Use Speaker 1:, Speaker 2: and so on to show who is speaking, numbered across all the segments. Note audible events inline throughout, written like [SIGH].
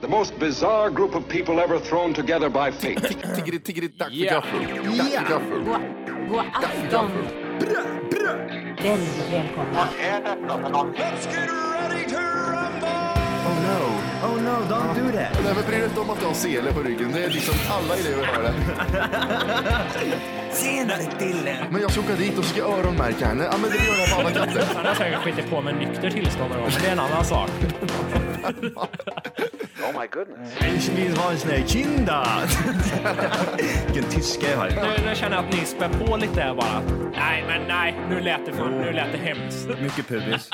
Speaker 1: The most bizarre group of people ever thrown together by fate.
Speaker 2: Tiggeri, tiggeri, dack för
Speaker 3: Ja.
Speaker 2: gaffel. Dack för
Speaker 4: Oh
Speaker 2: gaffel.
Speaker 5: God, god afton. Väldigt välkomna.
Speaker 4: Oh no, oh no, don't do that.
Speaker 2: Nej, men bry dig inte om att du har sele på ryggen. Det är liksom alla elever har det.
Speaker 4: Senare Dille.
Speaker 2: Men jag ska åka dit och ska öronmärka henne. Ja, men det gör jag på alla katter.
Speaker 3: Han har säkert skitit på med nykter tillstånd någon gång, men det är en annan sak.
Speaker 4: Ich will ha sina kinder. Vilken tyska jag har.
Speaker 3: Nu, nu känner jag att ni spär på lite här bara. Nej, men nej, nu lät det, för, nu lät det hemskt.
Speaker 6: Mycket pubis.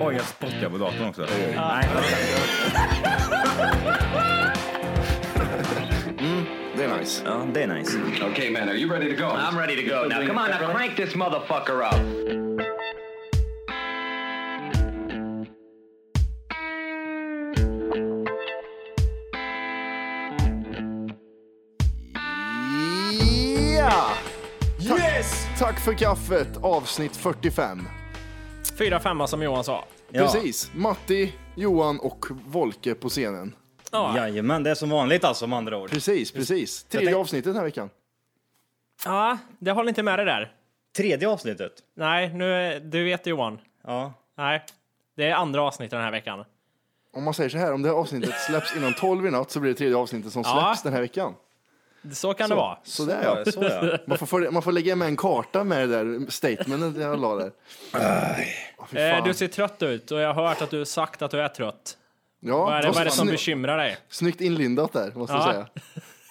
Speaker 6: Oj, jag spottar på datorn också.
Speaker 2: Det är nice.
Speaker 6: Ja, det är nice.
Speaker 1: okay, man, are you ready to go?
Speaker 7: I'm ready to go now. Come on, now crank this motherfucker up.
Speaker 2: Ja! Yes! Tack för kaffet, avsnitt 45.
Speaker 3: Fyra femma som Johan sa.
Speaker 2: Precis. Matti, Johan och Volke på scenen.
Speaker 3: Ja.
Speaker 6: Jajamän, det är som vanligt alltså med andra ord.
Speaker 2: Precis, precis. Tredje avsnittet den här veckan.
Speaker 3: ja, det håller inte med det där.
Speaker 6: Tredje avsnittet.
Speaker 3: Nej, nu, du vet Johan.
Speaker 6: Ja.
Speaker 3: Nej, det är andra avsnittet den här veckan.
Speaker 2: Om man säger så här, om det här avsnittet släpps innan 12 i natt så blir det tredje avsnittet som släpps
Speaker 3: Ja.
Speaker 2: den här veckan.
Speaker 3: Så kan det vara.
Speaker 2: Så där ja. [LAUGHS]
Speaker 6: Så ja.
Speaker 2: Man får, följa- man får lägga med en karta med det där statementet jag la där. Åh, fy
Speaker 3: Eh,
Speaker 2: fan.
Speaker 3: Du ser trött ut och jag har hört att du sagt att du är trött.
Speaker 2: Ja,
Speaker 3: Vad är det,
Speaker 2: vad
Speaker 3: vad är det som
Speaker 2: sny-
Speaker 3: bekymrar dig?
Speaker 2: Snyggt inlindat där, måste jag
Speaker 3: Ja.
Speaker 2: säga.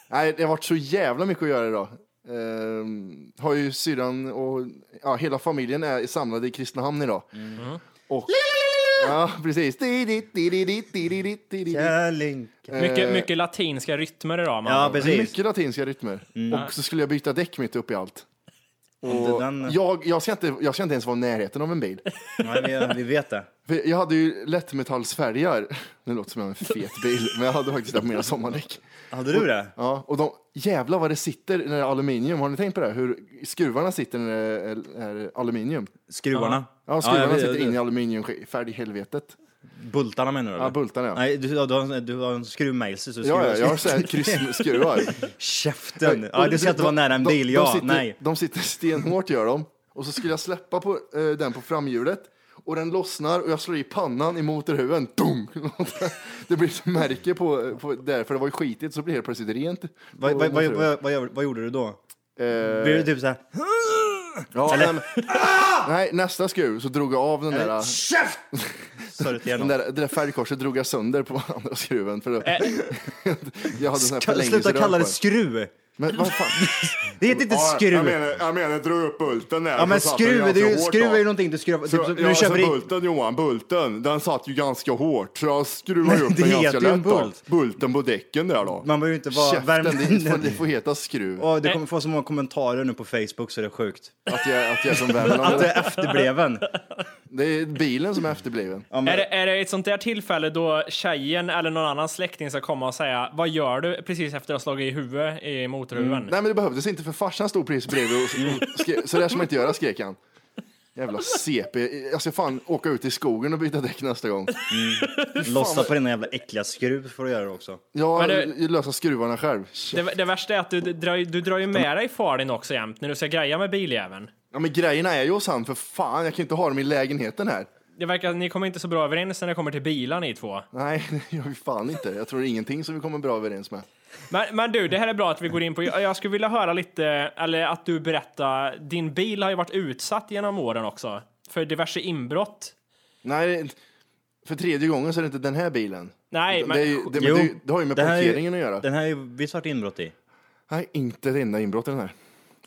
Speaker 2: Nej, det har varit så jävla mycket att göra idag. Ehm, har ju syrran och ja, hela familjen är samlade i Kristinehamn idag.
Speaker 3: Mm.
Speaker 2: Och, ja, precis. Di-di, di-di, di-di, di-di, di-di.
Speaker 6: Kärling.
Speaker 3: Mycket, mycket latinska rytmer idag. Man.
Speaker 6: Ja, precis. Mm.
Speaker 2: Mycket latinska rytmer. Och så skulle jag byta däck mitt upp i allt.
Speaker 6: Inte den...
Speaker 2: Jag, jag, ska inte, jag ska inte ens vara i närheten av en bil.
Speaker 6: Nej, vi, vi vet det.
Speaker 2: För jag hade ju lättmetallsfärgar. Nu låter det som en fet bil, men jag hade faktiskt haft mera sommardäck.
Speaker 6: Hade du det?
Speaker 2: Ja, och de, jävlar vad det sitter när det är aluminium. Har ni tänkt på det? här? Hur skruvarna sitter när det är, är aluminium.
Speaker 6: Skruvarna?
Speaker 2: Ja, skruvarna
Speaker 6: jag vet-
Speaker 2: sitter in i aluminiumfärg i helvetet.
Speaker 6: Bultarna menar du?
Speaker 2: Ja,
Speaker 6: eller?
Speaker 2: bultarna ja.
Speaker 6: Nej, du, du, har, du har en skruvmejsel så
Speaker 2: Ja,
Speaker 6: skruvar-
Speaker 2: ja, jag har så här kryssskruvar.
Speaker 6: [LAUGHS] Käften! Ja, du ska inte vara nära en
Speaker 2: De-
Speaker 6: bil,
Speaker 2: de,
Speaker 6: ja.
Speaker 2: de sitter,
Speaker 6: Nej.
Speaker 2: De sitter stenhårt gör de. Och så skulle jag släppa på, eh, den på framhjulet. Och den lossnar och jag slår i pannan i motorhuven. Dunk! [LAUGHS] Det blir ett märke på, på där, för det var ju skitigt så blir det helt plötsligt rent.
Speaker 6: Vad,
Speaker 2: på
Speaker 6: vad, vad,
Speaker 2: motorhuven.
Speaker 6: vad, vad, gör- vad gjorde du då?
Speaker 2: Eh,
Speaker 6: Blev du typ såhär...
Speaker 2: Ja, nej, men, nej, nästa skruv så drog jag av den där,
Speaker 6: Käft! Sa du till
Speaker 2: den
Speaker 6: honom?
Speaker 2: där, det där färgkorset drog jag sönder på [LAUGHS] andra skruven. För [LAUGHS] det, jag hade en sån här
Speaker 6: Eh. Ska- Sluta
Speaker 2: förlängningsrör på
Speaker 6: kalla det
Speaker 2: den.
Speaker 6: skruv!
Speaker 2: Men vad fan?
Speaker 6: Det heter inte skruv!
Speaker 2: jag menar dra upp bulten där.
Speaker 6: Ja men skruv, det är ju, skruv är ju någonting du skruvar... Typ, som- du köper i...
Speaker 2: bulten Johan, bulten, den satt ju ganska hårt så jag skruvade
Speaker 6: Men upp det den ganska heter ju en lätt då. bult.
Speaker 2: Bulten på däcken där då.
Speaker 6: Man behöver ju inte vara
Speaker 2: Käften, det, får,
Speaker 6: värmländare.
Speaker 2: det får heta skruv.
Speaker 6: Åh, du kommer få så många kommentarer nu på Facebook så det är sjukt.
Speaker 2: Att jag, att jag är från
Speaker 6: Att
Speaker 2: Värmland.
Speaker 6: du är
Speaker 2: [LAUGHS]
Speaker 6: efterbleven.
Speaker 2: Det är bilen som är efterbliven.
Speaker 6: Ja,
Speaker 3: Är
Speaker 6: men,
Speaker 3: det, är det ett sånt där tillfälle då tjejen eller någon annan släkting ska komma och säga Vad gör du precis efter att ha slagit i huvudet i motorhuven?
Speaker 6: Mm.
Speaker 2: Nej men det behövdes inte för farsan stod precis bredvid och skrek, så där ska man inte göra skrek han. Jävla CP. Jag ska fan åka ut i skogen och byta däck nästa gång.
Speaker 6: lossa på dina jävla äckliga skruv får du göra det också.
Speaker 2: Jag
Speaker 3: Men
Speaker 2: lösa skruvarna själv.
Speaker 3: Det, det värsta är att du, du, drar, ju- du drar ju med dig far din också jämt när du ska greja med biljäveln.
Speaker 2: Ja men grejerna är ju hos han för fan. Jag kan inte ha dem i lägenheten här.
Speaker 3: Det verkar att ni kommer inte så bra överens när det kommer till bilar ni två.
Speaker 2: Nej, [LAUGHS] det gör vi fan inte. Jag tror det är ingenting som vi kommer bra överens med.
Speaker 3: Men, men du, det här är bra att vi går in på. Jag jag skulle vilja höra lite, eller att du berättar. Din bil har ju varit utsatt genom åren också för diverse inbrott.
Speaker 2: Nej, för tredje gången så är det inte den här bilen.
Speaker 3: Nej, men
Speaker 2: det, är, ju- det, men
Speaker 6: Jo,
Speaker 2: det, är ju- det har ju med
Speaker 6: det här är ju-
Speaker 2: parkeringen att göra.
Speaker 6: Den här har ju visst varit inbrott i.
Speaker 2: Nej, inte det enda inbrottet i den här.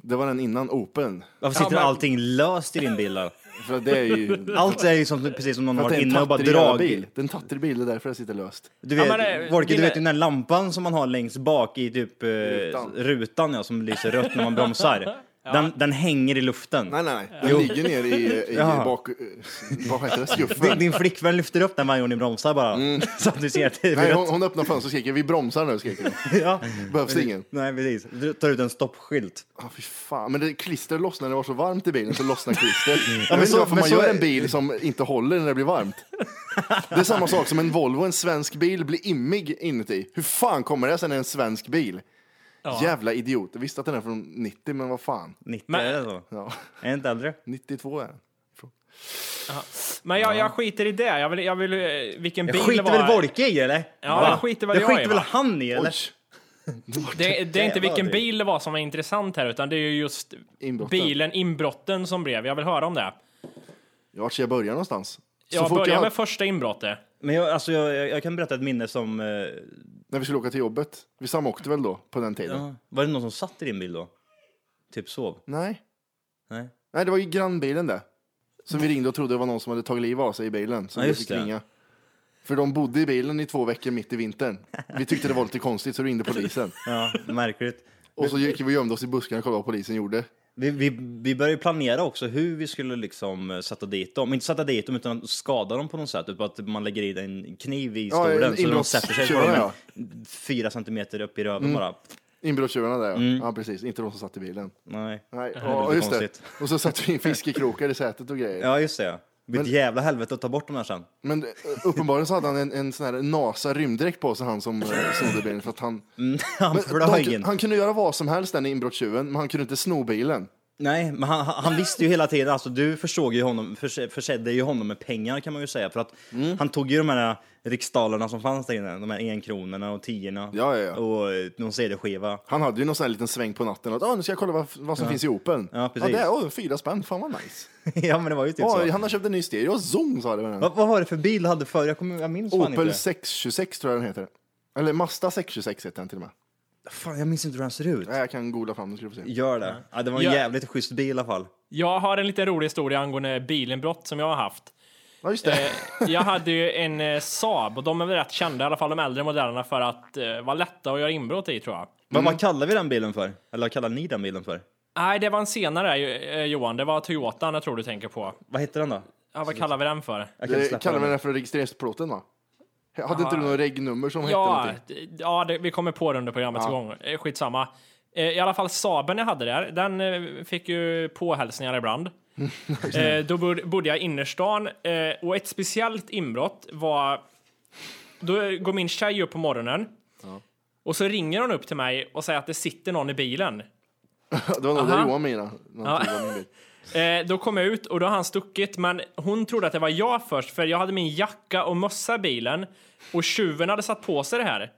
Speaker 2: Det var den innan Open.
Speaker 6: Varför sitter
Speaker 3: men-
Speaker 6: allting löst i din bil då?
Speaker 2: För att det är
Speaker 6: [LAUGHS]
Speaker 2: ju...
Speaker 6: Allt är ju som, precis som någon har
Speaker 2: För att det
Speaker 6: varit
Speaker 2: är en
Speaker 6: inne och bara
Speaker 2: tatterig jävla bil.
Speaker 6: dragit.
Speaker 2: Det är en tatterig bil, det är därför det sitter löst.
Speaker 6: Du
Speaker 3: Ja,
Speaker 6: vet,
Speaker 3: men, eh,
Speaker 6: Volker, du
Speaker 3: dina-
Speaker 6: vet ju den här lampan som man har längst bak i typ eh,
Speaker 2: Rutan.
Speaker 3: [LAUGHS]
Speaker 6: rutan ja, som lyser rött när man bromsar. Den, den hänger i luften.
Speaker 2: Nej, nej, nej. Den ligger ner i, i
Speaker 6: Jaha.
Speaker 2: bak... Vad heter det?
Speaker 6: Din,
Speaker 2: Skuffen?
Speaker 6: din Mm. flickvän lyfter upp den varje gång ni bromsar bara. [LAUGHS] Så att du ser till.
Speaker 2: Nej, hon, hon öppnar fönstret och skriker vi bromsar nu, skriker hon.
Speaker 6: [LAUGHS] ja.
Speaker 2: Behövs ingen.
Speaker 6: Nej, precis. Du tar ut en stoppskylt.
Speaker 2: Ah, fy fan. Men det klister lossnar när det var så varmt i bilen, så lossnar klister. Jag
Speaker 6: Mm. men
Speaker 2: vet inte
Speaker 6: så-
Speaker 2: varför
Speaker 6: men
Speaker 2: man
Speaker 6: så
Speaker 2: gör
Speaker 6: är-
Speaker 2: en bil som inte håller när det blir varmt. Det är samma sak som en Volvo, en svensk bil, blir immig inuti. Hur fan kommer det sig när det är en svensk bil? Jävla idiot. Jag visste att den är från 90, men vad fan.
Speaker 6: 90
Speaker 3: Men-
Speaker 6: är det så?
Speaker 2: Ja,
Speaker 6: Är det inte äldre?
Speaker 2: 92 är den.
Speaker 3: Men jag, jag skiter i det. Jag vill, jag vill, eh, vilken
Speaker 6: Jag
Speaker 3: bil
Speaker 6: skiter
Speaker 3: var...
Speaker 6: väl Wolke i eller?
Speaker 3: Ja,
Speaker 6: Va?
Speaker 3: jag skiter väl
Speaker 6: Det
Speaker 3: jag i,
Speaker 6: skiter väl
Speaker 3: va?
Speaker 6: han i eller?
Speaker 3: Det, det är inte
Speaker 6: Jävlar,
Speaker 3: vilken
Speaker 6: du.
Speaker 3: bil det var som var intressant här, utan det är ju just
Speaker 2: Inbrotten.
Speaker 3: bilen, inbrotten som blev. Jag vill höra om det.
Speaker 2: Vart ska jag börja någonstans?
Speaker 3: Jag
Speaker 2: fort
Speaker 3: börjar med första inbrottet.
Speaker 6: Men jag, alltså, jag, jag- jag kan berätta ett minne som... eh,
Speaker 2: När vi skulle åka till jobbet. Vi samåkte väl då, på den tiden?
Speaker 6: var det någon som satt i din bil då? Typ sov?
Speaker 2: Nej.
Speaker 6: Nej.
Speaker 2: Nej, det var ju grannbilen det. Som vi ringde och trodde det var någon som hade tagit liv av sig i bilen. Som
Speaker 6: Ja,
Speaker 2: vi
Speaker 6: just
Speaker 2: fick
Speaker 6: det.
Speaker 2: ringa. För de bodde i bilen i två veckor mitt i vintern. Vi tyckte det var lite konstigt så ringde polisen.
Speaker 6: Ja, [LAUGHS] märkligt.
Speaker 2: Och så gick vi och gömde oss i buskarna och kollade vad polisen gjorde.
Speaker 6: Vi, vi, vi började ju planera också hur vi skulle liksom eh, sätta dit dem. Inte sätta dit dem, utan att skada dem på något sätt. Typ att man lägger i en kniv i
Speaker 2: Ja, en
Speaker 6: stolen så de sätter sig på
Speaker 2: inbrottstjuvar,
Speaker 6: den fyra centimeter upp i
Speaker 2: Mm.
Speaker 6: röven bara.
Speaker 2: Inbrottstjuvarna där ja. ja. precis. Inte de som satt i bilen.
Speaker 6: Nej.
Speaker 2: Nej,
Speaker 6: Mm. är
Speaker 2: ja,
Speaker 6: lite
Speaker 2: just det.
Speaker 6: konstigt.
Speaker 2: Och så satte vi in fiskekrokar i sätet och grejer.
Speaker 6: Ja, just det. Vilket jävla helvete att ta bort dem här sen. [LAUGHS]
Speaker 2: Men eh, uppenbarligen så hade han en, en sån här NASA rymddräkt på sig, han som eh, snodde bilen. För att han,
Speaker 6: Mm, Han
Speaker 2: Men
Speaker 6: flög
Speaker 2: de-
Speaker 6: in.
Speaker 2: han kunde göra vad som helst den inbrottstjuven, men han kunde inte sno bilen.
Speaker 6: Nej, men han, han han visste ju hela tiden, alltså du försåg ju honom, förse- försedde ju honom med pengar kan man ju säga. För att
Speaker 2: Mm.
Speaker 6: han tog ju de här riksdalerna som fanns där inne, de här enkronorna och tiorna.
Speaker 2: Ja, ja, ja.
Speaker 6: Och eh, någon CD-skiva.
Speaker 2: Han hade ju någon sån här liten sväng på natten. Att, "Åh, nu ska jag kolla vad, vad som finns i Opeln.
Speaker 6: Ja, precis.
Speaker 2: det, åh, fyra spänn, fan vad nice.
Speaker 6: [LAUGHS] ja, men det var ju typ
Speaker 2: Åh,
Speaker 6: så.
Speaker 2: han har köpt en ny stereo, zoom sa det. Med den.
Speaker 6: Vad, vad var det för bil du hade förr? Jag, kommer, jag minns fan
Speaker 2: Opel
Speaker 6: inte.
Speaker 2: 626 tror jag den heter. Eller Mazda 626 heter den till och med.
Speaker 6: Fan, jag minns inte hur den ser ut.
Speaker 2: Nej, jag kan googla fram den ska du få se.
Speaker 6: Gör det. Ja, det var en
Speaker 3: Ja.
Speaker 6: jävligt schysst bil i alla fall.
Speaker 3: Jag har en liten rolig historia angående bilinbrott som jag har haft.
Speaker 2: Ja, just [LAUGHS] det.
Speaker 3: Eh, jag hade ju en eh, Saab och de är väl rätt kända, i alla fall de äldre modellerna, för att eh, vara lätta att göra inbrott i tror jag.
Speaker 6: Men vad kallar vi den bilen för? Eller vad kallar ni den bilen för?
Speaker 3: Nej, det var en senare eh, Johan, det var Toyotan jag tror du tänker på.
Speaker 6: Vad heter den då?
Speaker 3: Ja, vad kallar vi den för?
Speaker 6: Jag kan inte
Speaker 2: det
Speaker 6: släppa
Speaker 2: kallar
Speaker 6: den.
Speaker 2: man den för registreringsplåten va? Hade inte du något regnummer som hette
Speaker 3: Ja,
Speaker 2: någonting? [LAUGHS]
Speaker 3: d- ja det, vi kommer på det under programmets gång. Eh, Skitsamma. Eh, I alla fall Saaben jag hade där, den eh, fick ju påhälsningar
Speaker 2: [LAUGHS]
Speaker 3: ibland. eh, då bod- bodde jag i innerstan eh, och ett speciellt inbrott var... Då går min tjej upp på morgonen och så ringer hon upp till mig och säger att det sitter någon i bilen.
Speaker 2: Det var nog det
Speaker 3: Aha.
Speaker 2: Johan menade. när han tog av min bil.
Speaker 3: Eh, då kom jag ut och då har han stuckit, men hon trodde att det var jag först för jag hade min jacka och mössa i bilen och tjuven hade satt på sig det här.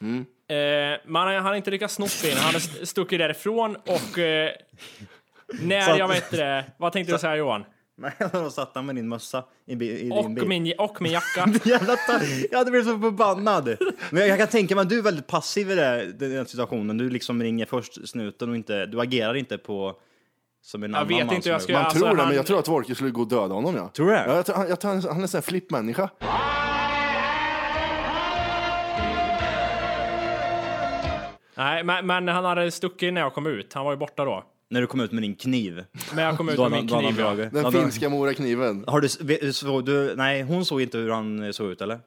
Speaker 6: Mm.
Speaker 3: Eh, men han han hade inte lyckats sno bilen, han hade st- stuckit därifrån och... Eh, när
Speaker 6: Så att-
Speaker 3: jag vet inte det, vad tänkte du säga Johan?
Speaker 6: [LAUGHS] Nej, då satt han med din mössa i, bi- i
Speaker 3: Och
Speaker 6: din bil.
Speaker 3: min, och min jacka.
Speaker 6: [LAUGHS] Jävla tar- jag hade blivit så förbannad. Men jag, jag kan tänka mig att du är väldigt passiv i det här- den här situationen. Du liksom ringer först snuten och inte, du agerar inte på som en
Speaker 3: Jag
Speaker 6: annan
Speaker 3: vet inte
Speaker 6: man som
Speaker 3: hur jag
Speaker 6: är-
Speaker 3: ska
Speaker 2: Man
Speaker 3: göra. Alltså,
Speaker 2: tror det,
Speaker 3: han-
Speaker 2: men jag tror att Wolke skulle gå och döda honom. Ja.
Speaker 6: Tror du det?
Speaker 2: Ja, jag tror, han, jag tror han, han är en sån här flippmänniska.
Speaker 3: Nej, men, men han hade stuckit när jag kom ut, han var ju borta då.
Speaker 6: När du kom ut med din kniv.
Speaker 3: Men jag kom ut
Speaker 6: Då
Speaker 3: med
Speaker 6: hade
Speaker 3: min
Speaker 6: han- då hade han
Speaker 3: kniv. ja.
Speaker 6: dragit.
Speaker 2: Den
Speaker 6: Ja, då-
Speaker 2: finska morakniven.
Speaker 6: Har du, s- vet- såg du, nej, hon såg inte hur han eh, såg ut eller?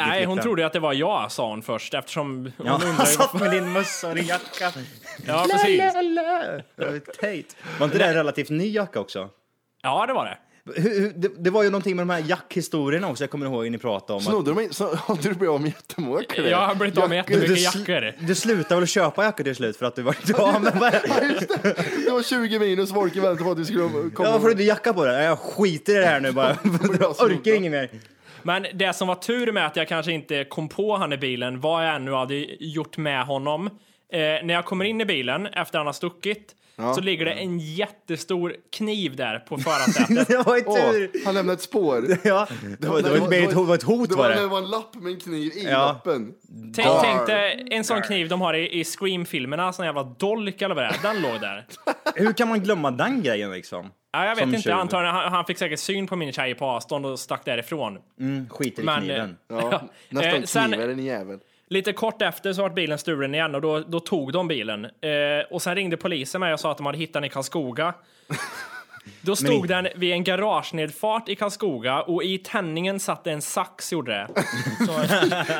Speaker 3: Nej, hon
Speaker 6: flickvän.
Speaker 3: trodde ju att det var jag, sa hon först eftersom... Hon
Speaker 6: Ja,
Speaker 3: undrar
Speaker 6: Alltså,
Speaker 3: ju
Speaker 6: [LAUGHS] han satt
Speaker 3: varför-
Speaker 6: med din mössa och din [LAUGHS] jacka.
Speaker 3: ja, precis.
Speaker 6: Tate. Var inte det en relativt ny jacka också?
Speaker 3: Ja, det var det.
Speaker 6: Hur, hur, det, det var ju någonting med de här jackhistorierna också, jag kommer ihåg när ni pratade om. att-
Speaker 2: Snodde de in, så [LAUGHS] har du blivit av med jättemånga kläder?
Speaker 3: Jag har blivit av med
Speaker 2: Jackor.
Speaker 3: jättemycket
Speaker 6: sl-
Speaker 3: jackor.
Speaker 6: du slutade väl köpa jackor till slut för att du [LAUGHS] var inte av med
Speaker 2: Det var 20 minus, Wolke väntade på att vi skulle komma.
Speaker 6: Ja, varför har du inte jacka på dig? Nej, Jag skiter i det här nu bara. [LAUGHS] Jag orkar inget mer.
Speaker 3: Men det som var tur med att jag kanske inte kom på han i bilen, vad jag ännu hade gjort med honom. Eh, när jag kommer in i bilen efter han har stuckit så ligger det
Speaker 6: Mm.
Speaker 3: en jättestor kniv där på
Speaker 6: [LAUGHS]
Speaker 3: förarsätet.
Speaker 6: [LAUGHS] Det var ju
Speaker 2: Åh,
Speaker 6: tur.
Speaker 2: han lämnade ett spår. Det
Speaker 6: Ja, det var, det var, mer ett, hot- var ett hot
Speaker 2: det
Speaker 6: var
Speaker 2: Det
Speaker 6: det.
Speaker 2: var en lapp med en kniv i
Speaker 6: Ja.
Speaker 2: lappen.
Speaker 3: Tänk, tänk dig en sån kniv de har i, i Scream-filmerna, sån jävla dolk eller vad det är. Den låg
Speaker 6: [LAUGHS]
Speaker 3: där.
Speaker 6: Hur kan man glömma den grejen liksom?
Speaker 3: Ja, jag vet
Speaker 6: Som
Speaker 3: inte,
Speaker 6: tjuv.
Speaker 3: antagligen han, han fick säkert syn på min tjej på avstånd och stack därifrån.
Speaker 6: Skiter i
Speaker 3: Men, eh,
Speaker 6: kniven.
Speaker 2: Ja, nästan
Speaker 3: Eh, sen-
Speaker 2: knivare, din jävel.
Speaker 3: Lite kort efter så vart bilen stulen igen och då, då tog de bilen. Eh, och sen ringde polisen mig och sa att de hade hittat den
Speaker 2: [LAUGHS]
Speaker 3: i Karlskoga. Då stod den vid en garagenedfart i Karlskoga och i tändningen satt en sax gjorde
Speaker 2: [LAUGHS]
Speaker 3: det. Så,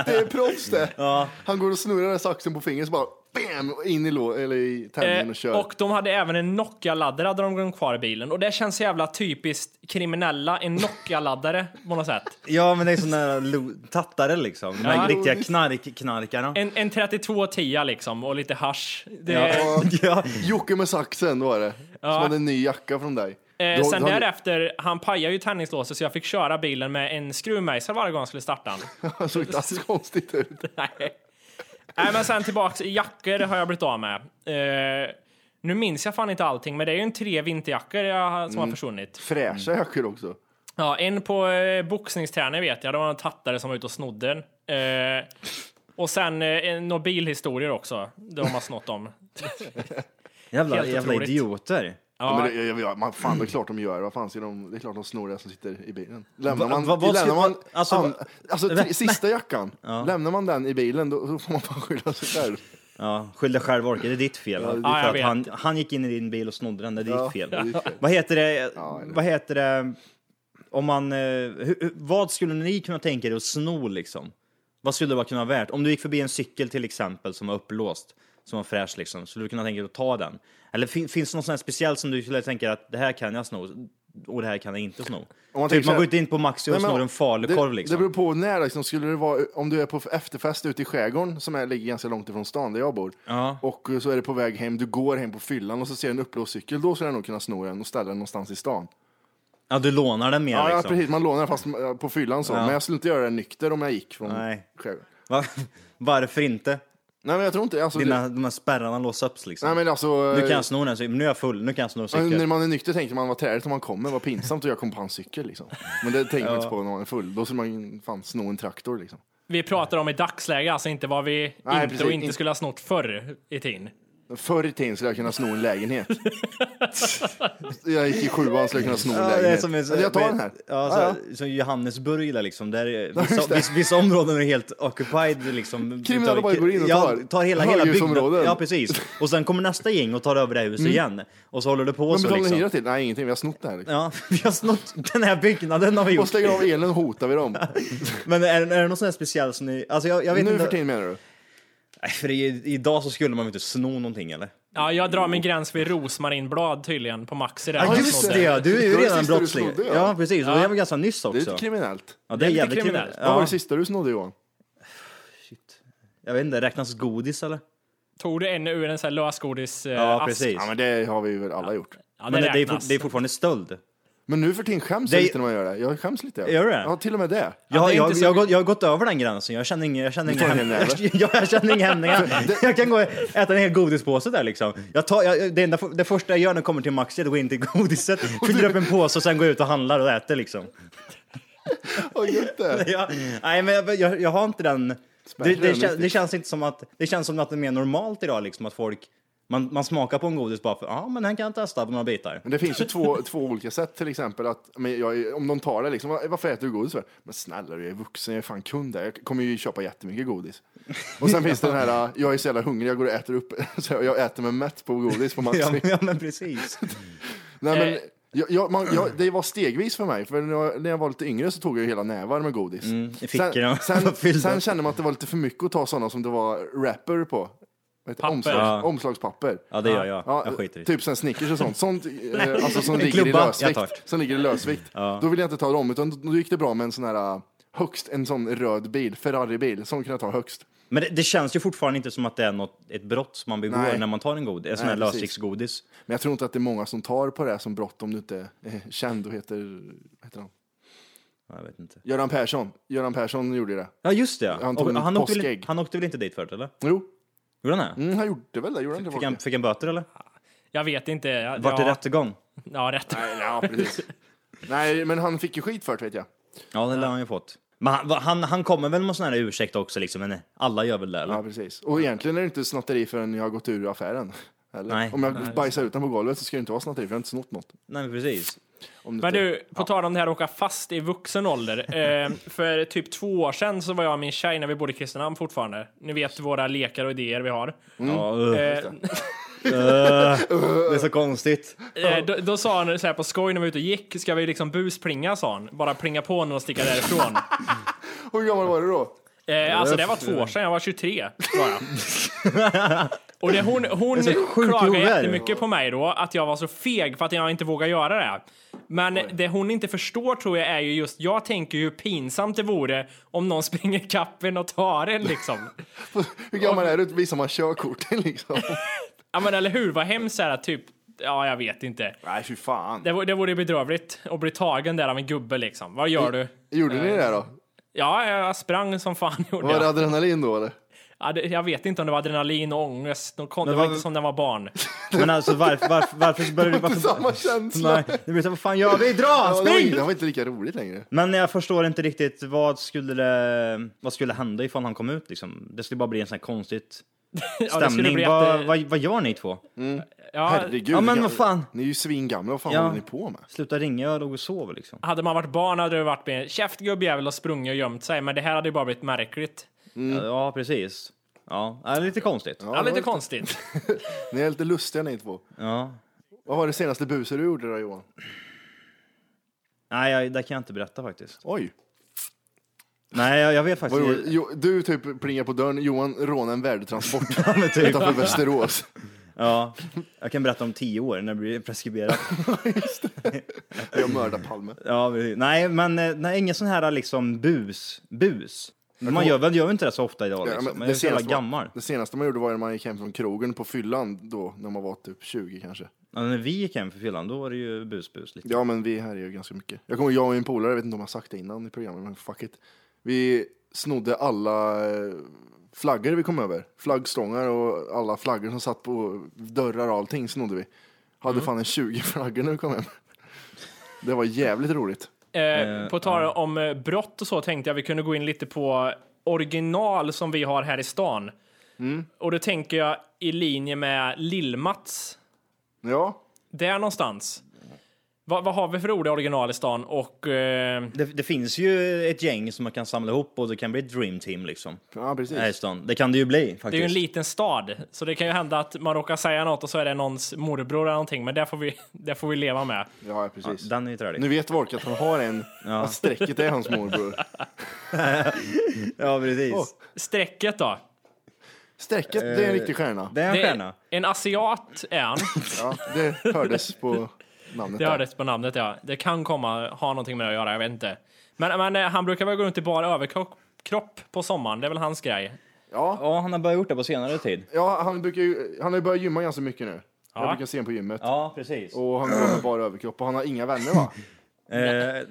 Speaker 2: Det är proffs det. Han går och snurrar den saxen på fingret så bara bam, och in i, lå- eller i tändningen och
Speaker 3: Eh,
Speaker 2: kör.
Speaker 3: och de hade även en Nokia-laddare hade de kvar i bilen. Och det känns så jävla typiskt kriminella, en Nokia-laddare på något sätt.
Speaker 6: Ja, men det är såna där lo- tattare liksom. De här
Speaker 3: Ja.
Speaker 6: riktiga knark-knarkarna.
Speaker 3: En, en 3210 liksom och lite hasch. Det, eh,
Speaker 6: Ja. ja.
Speaker 2: Jocke med saxen var det. Som hade en ny jacka från dig.
Speaker 3: Eh,
Speaker 2: Du-
Speaker 3: sen
Speaker 2: du hade- [LAUGHS]
Speaker 3: därefter, han pajade ju tändningslåset så jag fick köra bilen med en skruvmejsel varje gång jag skulle starta den.
Speaker 2: Han såg inte alls Alltså, konstigt ut.
Speaker 3: Nej. Nej, men sen tillbaks, jackor har jag blivit av med. Eh, nu minns jag fan inte allting, men det är ju en tre vinterjackor jag, har- som har försvunnit.
Speaker 2: Fräscha jackor också.
Speaker 3: Ja, en på eh, boxningsträning vet jag, det var en tattare som var ute och snodde den. Eh, och sen eh, en- några bilhistorier också, de har snott dem.
Speaker 6: Jävla,
Speaker 3: Helt
Speaker 6: jävla
Speaker 3: otroligt.
Speaker 6: idioter.
Speaker 2: Ja,
Speaker 3: Ja,
Speaker 2: men det, ja, ja, man, fan, det är klart de gör. Vad fan ska de, det är klart de snor det som sitter i bilen. Lämnar
Speaker 6: Va-
Speaker 2: man,
Speaker 6: va- vad
Speaker 2: lämnar
Speaker 6: ska-
Speaker 2: man
Speaker 6: alltså,
Speaker 2: an,
Speaker 6: va-
Speaker 2: alltså,
Speaker 6: vä-
Speaker 2: tri, sista jackan, lämnar man den i bilen då, då får man fan skylla sig
Speaker 6: [LAUGHS]
Speaker 2: själv.
Speaker 6: Ja, skyll dig själv Orke, det är ditt fel. det är
Speaker 3: Ja, jag
Speaker 6: för att
Speaker 3: vet.
Speaker 6: han, han gick in i din bil och snodde den, det är ditt
Speaker 2: Ja,
Speaker 6: fel.
Speaker 2: det är ditt fel.
Speaker 6: Vad heter det,
Speaker 2: eller-
Speaker 6: vad heter det, om man, eh, hur, hur- vad skulle ni kunna tänka er att sno liksom? Vad skulle det vara kunna vara värt? Om du gick förbi en cykel till exempel som var upplåst, som var fräsch liksom, skulle du kunna tänka dig att ta den? Eller fin, finns det något sånt här speciellt som du skulle tänka att det här kan jag sno och det här kan jag inte sno?
Speaker 2: man tänker
Speaker 6: typ
Speaker 2: så
Speaker 6: man
Speaker 2: här-
Speaker 6: går inte in på Maxi och
Speaker 2: Nej, men
Speaker 6: snor en falukorv
Speaker 2: det,
Speaker 6: liksom.
Speaker 2: Det beror på när. Liksom, skulle det vara, om du är på efterfest ute i skärgården, som är, ligger ganska långt ifrån stan där jag bor,
Speaker 6: Ja.
Speaker 2: och eh, så är det på väg hem, du går hem på fyllan och så ser du en uppblåst cykel, då skulle jag nog kunna sno den och ställa den någonstans i stan.
Speaker 6: Ja, du lånar den mer
Speaker 2: Ja, ja
Speaker 6: liksom.
Speaker 2: precis, man lånar den fast eh, på fyllan så, men jag skulle inte göra det nykter om jag gick från
Speaker 6: Nej.
Speaker 2: skärgården.
Speaker 6: Va? Varför inte?
Speaker 2: Nej, men jag tror inte, alltså, det,
Speaker 6: Dina, de här spärrarna låsas upp liksom.
Speaker 2: nej, men alltså,
Speaker 6: Nu kan
Speaker 2: eh,
Speaker 6: jag sno den, så- nu är jag full, nu kan jag sno
Speaker 2: Ja, När
Speaker 6: cykeln.
Speaker 2: man är nykter tänker man vad träligt om man kommer, vad pinsamt att jag kom på en cykel liksom. Men det tänker man inte på när man är full, då skulle man ju fan sno en traktor liksom.
Speaker 3: vi pratar om i dagsläge, alltså inte vad vi
Speaker 2: Nej,
Speaker 3: inte
Speaker 2: precis.
Speaker 3: och inte
Speaker 2: In-
Speaker 3: skulle ha snott förr i tiden.
Speaker 2: Förr i tiden skulle jag kunna sno en
Speaker 6: [LAUGHS]
Speaker 2: lägenhet. jag gick i sjuan skulle jag kunna sno en
Speaker 6: Ja,
Speaker 2: lägenhet.
Speaker 6: det är som en,
Speaker 2: Ja, jag tar den här.
Speaker 6: Ja, så,
Speaker 2: Ja, ja.
Speaker 6: Som Johannesburg där liksom, där är-
Speaker 2: just det.
Speaker 6: vissa, vissa, vissa områden är helt
Speaker 2: [LAUGHS]
Speaker 6: occupied liksom.
Speaker 2: Kriminella
Speaker 6: Utav-
Speaker 2: bara går in och
Speaker 6: ja,
Speaker 2: tar
Speaker 6: tar hela, hela
Speaker 2: höghusområden.
Speaker 6: byggnaden. Ja, precis. Och sen kommer nästa gäng och tar över det här huset igen. Och så håller det på
Speaker 2: Mm. Men
Speaker 6: så
Speaker 2: betalar ni
Speaker 6: liksom.
Speaker 2: hyra till? Nej, ingenting. Vi har snott det här. Liksom.
Speaker 6: Ja, [LAUGHS] vi har snott den här byggnaden har vi
Speaker 2: Och
Speaker 6: gjort.
Speaker 2: stänger av elen hotar vi
Speaker 6: [LAUGHS]
Speaker 2: dem.
Speaker 6: Men är, är det något sånt här speciellt som ni, alltså jag, jag vet
Speaker 2: nu
Speaker 6: inte.
Speaker 2: för tiden menar du?
Speaker 6: Nej, för i, idag så skulle man väl inte sno någonting eller?
Speaker 3: Ja, jag drar min gräns vid rosmarinblad tydligen på Maxi där.
Speaker 6: Ja,
Speaker 3: jag
Speaker 6: just
Speaker 3: snodde.
Speaker 6: det, ja, du är
Speaker 2: Det
Speaker 6: ju
Speaker 2: var det
Speaker 6: redan
Speaker 2: sista du
Speaker 6: brottsling.
Speaker 2: snodde, ja.
Speaker 6: ja, precis. Och det var ganska nyss
Speaker 2: Det är
Speaker 6: också.
Speaker 2: lite kriminellt.
Speaker 6: Ja, det är
Speaker 3: lite
Speaker 6: jävligt
Speaker 3: kriminellt.
Speaker 6: kriminellt.
Speaker 2: Vad var
Speaker 6: Ja.
Speaker 2: det sista du snodde Johan?
Speaker 6: Jag vet inte, räknas godis eller?
Speaker 3: Tog du en ur en sån här lösgodis eh,
Speaker 6: Ja,
Speaker 3: ask?
Speaker 6: precis.
Speaker 2: Ja men det har vi väl alla gjort.
Speaker 3: Ja, det
Speaker 6: Men det, det, är for,
Speaker 3: räknas.
Speaker 6: det är fortfarande stöld.
Speaker 2: Men nu för tiden skäms jag
Speaker 6: Det-
Speaker 2: lite när man gör det. Jag skäms lite.
Speaker 6: Gör du det?
Speaker 2: Ja, till och med det. [LAUGHS]
Speaker 6: Jag,
Speaker 3: det är
Speaker 6: jag,
Speaker 3: inte
Speaker 6: jag,
Speaker 3: så-
Speaker 6: har gått- jag har gått över den gränsen, jag känner ingen, jag känner ingen,
Speaker 2: tar
Speaker 6: hämnd-
Speaker 2: den där,
Speaker 6: [LAUGHS] jag, jag, känner ingen hämningar. Jag kan gå och äta en hel godispåse där liksom. Jag tar, jag, det, enda, det första jag gör när jag kommer till Maxi är att gå in till godiset, fyller upp en påse och sen går jag ut och handlar och äter liksom.
Speaker 2: Vad gött det
Speaker 6: Jag, nej men jag, jag, jag har inte den... Det,
Speaker 2: Spärren,
Speaker 6: det, kän, det känns inte som att det känns som att det är mer normalt idag liksom att folk man, man smakar på en godis bara för ja men den kan jag testa på några bitar.
Speaker 2: Men det finns ju två, två olika sätt till exempel att, men jag, om de tar det liksom, "Va- varför äter du godis för? Men snälla du, jag är vuxen, jag är fan kund där, jag kommer ju köpa jättemycket godis. Och sen finns det den här, jag är så jävla hungrig, jag går och äter upp, [LAUGHS] så jag äter mig mätt på godis på Maxi.
Speaker 6: Ja, men- ja men precis.
Speaker 2: Nej,
Speaker 3: Eh.
Speaker 2: men, jag, jag, man, jag, det var stegvis för mig, för när jag, när jag var lite yngre så tog jag ju hela nävar med godis.
Speaker 6: Mm, i fickorna.
Speaker 2: sen, sen,
Speaker 6: [LAUGHS] Fyllda.
Speaker 2: sen kände man att det var lite för mycket att ta sådana som det var wrapper på. Vad heter det?
Speaker 3: Papper.
Speaker 2: Omslags,
Speaker 6: Ja.
Speaker 2: Omslagspapper.
Speaker 6: Ja det gör jag,
Speaker 2: Ja,
Speaker 6: jag skiter i det.
Speaker 2: typ sen Snickers och sånt,
Speaker 6: [LAUGHS]
Speaker 2: sånt eh, alltså, som,
Speaker 6: En
Speaker 2: ligger i
Speaker 6: klubba, jag tar.
Speaker 2: lösvikt, som ligger i lösvikt. Då vill jag inte ta dem, utan då gick det bra med en sån här eh, högst, en sån röd bil, Ferrari-bil, som kunde jag ta högst.
Speaker 6: Men det, det känns ju fortfarande inte som att det är något, ett brott som man begår
Speaker 2: Nej.
Speaker 6: när man tar en godis, en sån
Speaker 2: Nej,
Speaker 6: här
Speaker 2: precis.
Speaker 6: lösviktsgodis.
Speaker 2: Men jag tror inte att det är många som tar på det här som brott om du inte är känd och heter, vad heter han?
Speaker 6: Ja, Jag vet inte.
Speaker 2: Göran Persson. Göran Persson gjorde ju det.
Speaker 6: Ja just det ja.
Speaker 2: Han tog
Speaker 6: Och
Speaker 2: en
Speaker 6: han, åkte väl,
Speaker 2: påskägg.
Speaker 6: han åkte väl inte dit förut eller?
Speaker 2: Jo,
Speaker 6: Gjorde han det?
Speaker 2: mm, han gjorde väl det. Gjorde han inte
Speaker 6: Fick han,
Speaker 2: folk
Speaker 6: fick han böter eller?
Speaker 3: Jag vet inte. Jag,
Speaker 6: Vart det
Speaker 3: ja,
Speaker 6: rättegång?
Speaker 3: Ja, rätt.
Speaker 2: det? Nej, ja,
Speaker 6: [LAUGHS]
Speaker 2: precis. Nej, men han fick ju skit för det vet jag.
Speaker 6: Ja det lär han ju fått. Men han, va- han, han kommer väl med sån här ursäkt också liksom, men alla gör väl det eller?
Speaker 2: Ja, precis. Och egentligen är det inte snatteri förrän jag har gått ur affären. Eller?
Speaker 6: Nej.
Speaker 2: Om jag bajsar ut den på golvet så ska det inte vara snatteri för jag har inte snott något.
Speaker 6: Nej men precis.
Speaker 2: Om det
Speaker 3: Men
Speaker 2: inte-
Speaker 3: du, på tal om det här att åka fast i vuxen ålder.
Speaker 6: [LAUGHS]
Speaker 3: Eh, för typ två år sedan så var jag och min tjej när vi bodde i Kristinehamn fortfarande. Ni vet våra lekar och idéer vi har.
Speaker 6: Ja, uh,
Speaker 3: Eh,
Speaker 6: det är så konstigt.
Speaker 3: eh, då, då sa han så här på skoj när vi var ute och gick, ska vi liksom busplinga sa han. Bara plinga på någon och sticka därifrån.
Speaker 2: Hur gammal var du då?
Speaker 3: Eh, alltså det var två år sedan, jag var 23 var jag. Och det, hon hon
Speaker 6: är så sjuk i
Speaker 3: klagade
Speaker 6: huvudet.
Speaker 3: jättemycket på mig då, att jag var så feg för att jag inte vågade göra det. Men det hon inte förstår tror jag är ju just, jag tänker ju hur pinsamt det vore om någon [LAUGHS] springer ikapp en och tar en liksom.
Speaker 2: Hur gammal är du? Visar man körkorten [LAUGHS] liksom?
Speaker 3: Ja men eller hur, vad hemskt är det typ, ja jag vet inte.
Speaker 2: Nej, fy fan.
Speaker 3: Det vore, det vore bedrövligt att bli tagen där av en gubbe liksom. Vad gör du?
Speaker 2: Gjorde ni det då?
Speaker 3: Ja, jag sprang som fan [LAUGHS] gjorde
Speaker 2: Var det
Speaker 3: jag.
Speaker 2: adrenalin då eller?
Speaker 3: Ja, det, jag vet inte om det var adrenalin och ångest, det var
Speaker 6: vad-
Speaker 3: inte som när man var barn.
Speaker 6: [LAUGHS] Men alltså varför, varför, varför så började du...
Speaker 2: Inte
Speaker 6: Varför,
Speaker 2: samma känsla.
Speaker 6: Nej, det blir så, vad fan gör vi? Dra!
Speaker 2: Ja, det, var,
Speaker 6: Spring!
Speaker 2: det var inte lika roligt längre.
Speaker 6: Men jag förstår inte riktigt vad skulle, det, vad skulle hända ifall han kom ut liksom? Det skulle bara bli en sån här konstigt
Speaker 3: Ja, det skulle
Speaker 6: stämning.
Speaker 3: bli
Speaker 6: vad,
Speaker 3: jätte-
Speaker 6: vad, vad gör ni två?
Speaker 3: Ja,
Speaker 2: Herregud.
Speaker 6: ja, men
Speaker 2: vilka-
Speaker 6: vad fan.
Speaker 2: Ni är ju svingamla, vad fan
Speaker 6: Ja.
Speaker 2: håller ni på med?
Speaker 6: Sluta ringa, jag låg och sov liksom.
Speaker 3: hade man varit barn hade det varit med käft gubbjävel och sprungit och gömt sig, men det här hade ju bara blivit märkligt.
Speaker 2: Mm.
Speaker 6: Ja, precis. Ja, det är lite konstigt.
Speaker 3: Ja, lite
Speaker 6: [LAUGHS]
Speaker 3: konstigt.
Speaker 2: Ni är lite lustiga ni två.
Speaker 6: Ja.
Speaker 2: Vad var det senaste buset du gjorde då Johan?
Speaker 6: Nej, jag, det kan jag inte berätta faktiskt.
Speaker 2: Oj.
Speaker 6: Nej, jag, jag vet
Speaker 2: Vad
Speaker 6: faktiskt
Speaker 2: roligt.
Speaker 6: inte.
Speaker 2: Jo, du typ plingar på dörren, Johan rånar en värdetransport
Speaker 6: [LAUGHS] typ.
Speaker 2: utanför Västerås.
Speaker 6: Ja, jag kan berätta om tio år när det blir preskriberat.
Speaker 2: Jag mördar Palme.
Speaker 6: Ja, vi- nej, men eh, nej, ingen sån här liksom bus. Bus. Man gör väl gör väl inte det så ofta idag liksom.
Speaker 2: Ja, men
Speaker 6: men jag är så jävla
Speaker 2: senaste var-
Speaker 6: gammal.
Speaker 2: det senaste man gjorde var när man gick hem från krogen på fyllan då, när man var typ 20 kanske.
Speaker 6: Ja, när vi gick hem för fyllan, då var det ju busbus lite.
Speaker 2: Ja, men vi här är ju ganska mycket. Jag kommer ihåg, jag och min polare, jag vet inte om jag har sagt det innan i programmet, men fuck it. Vi snodde alla eh, flaggor vi kom över. Flaggstångar och alla flaggor som satt på dörrar och allting snodde vi. Hade
Speaker 6: Mm.
Speaker 2: fan en 20 flaggor när vi kom hem. Det var jävligt roligt.
Speaker 3: Eh, på tal om eh, brott och så tänkte jag vi kunde gå in lite på original som vi har här i stan.
Speaker 6: Mm.
Speaker 3: Och då tänker jag i linje med Lill-Mats,
Speaker 2: Ja,
Speaker 3: där någonstans. Vad, vad har vi för ord i original i stan och... Eh,
Speaker 6: Det, det finns ju ett gäng som man kan samla ihop och det kan bli ett dream team liksom.
Speaker 2: ja precis.
Speaker 6: Här i stan. Det kan det ju bli faktiskt.
Speaker 3: det är ju en liten stad, så det kan ju hända att man råkar säga något och så är det någons morbror eller någonting, men det får vi, [LAUGHS] det får vi leva med.
Speaker 2: Ja, ja, precis.
Speaker 6: Den är ju trälig.
Speaker 2: Nu vet Volke att han har en, att strecket är hans morbror.
Speaker 6: Ja, precis.
Speaker 3: Strecket då?
Speaker 2: Strecket, det är en riktig stjärna.
Speaker 6: Eh, det är en
Speaker 3: Det-
Speaker 6: stjärna.
Speaker 3: En asiat är han.
Speaker 2: Ja, det hördes på namnet.
Speaker 3: Det
Speaker 2: där.
Speaker 3: hördes på namnet ja. Det kan komma, ha någonting med det att göra, jag vet inte. Men, men eh, han brukar väl gå runt i bara överkropp på sommaren, det är väl hans grej.
Speaker 2: Ja,
Speaker 6: Ja, han har börjat gjort det på senare tid.
Speaker 2: ja han, brukar ju, han har ju börjat gymma ganska mycket nu. Jag
Speaker 3: Ja.
Speaker 2: brukar se honom på gymmet.
Speaker 6: Ja, precis.
Speaker 2: Och han går med bara överkropp och han har inga vänner
Speaker 6: [LAUGHS]
Speaker 2: va?
Speaker 6: eh,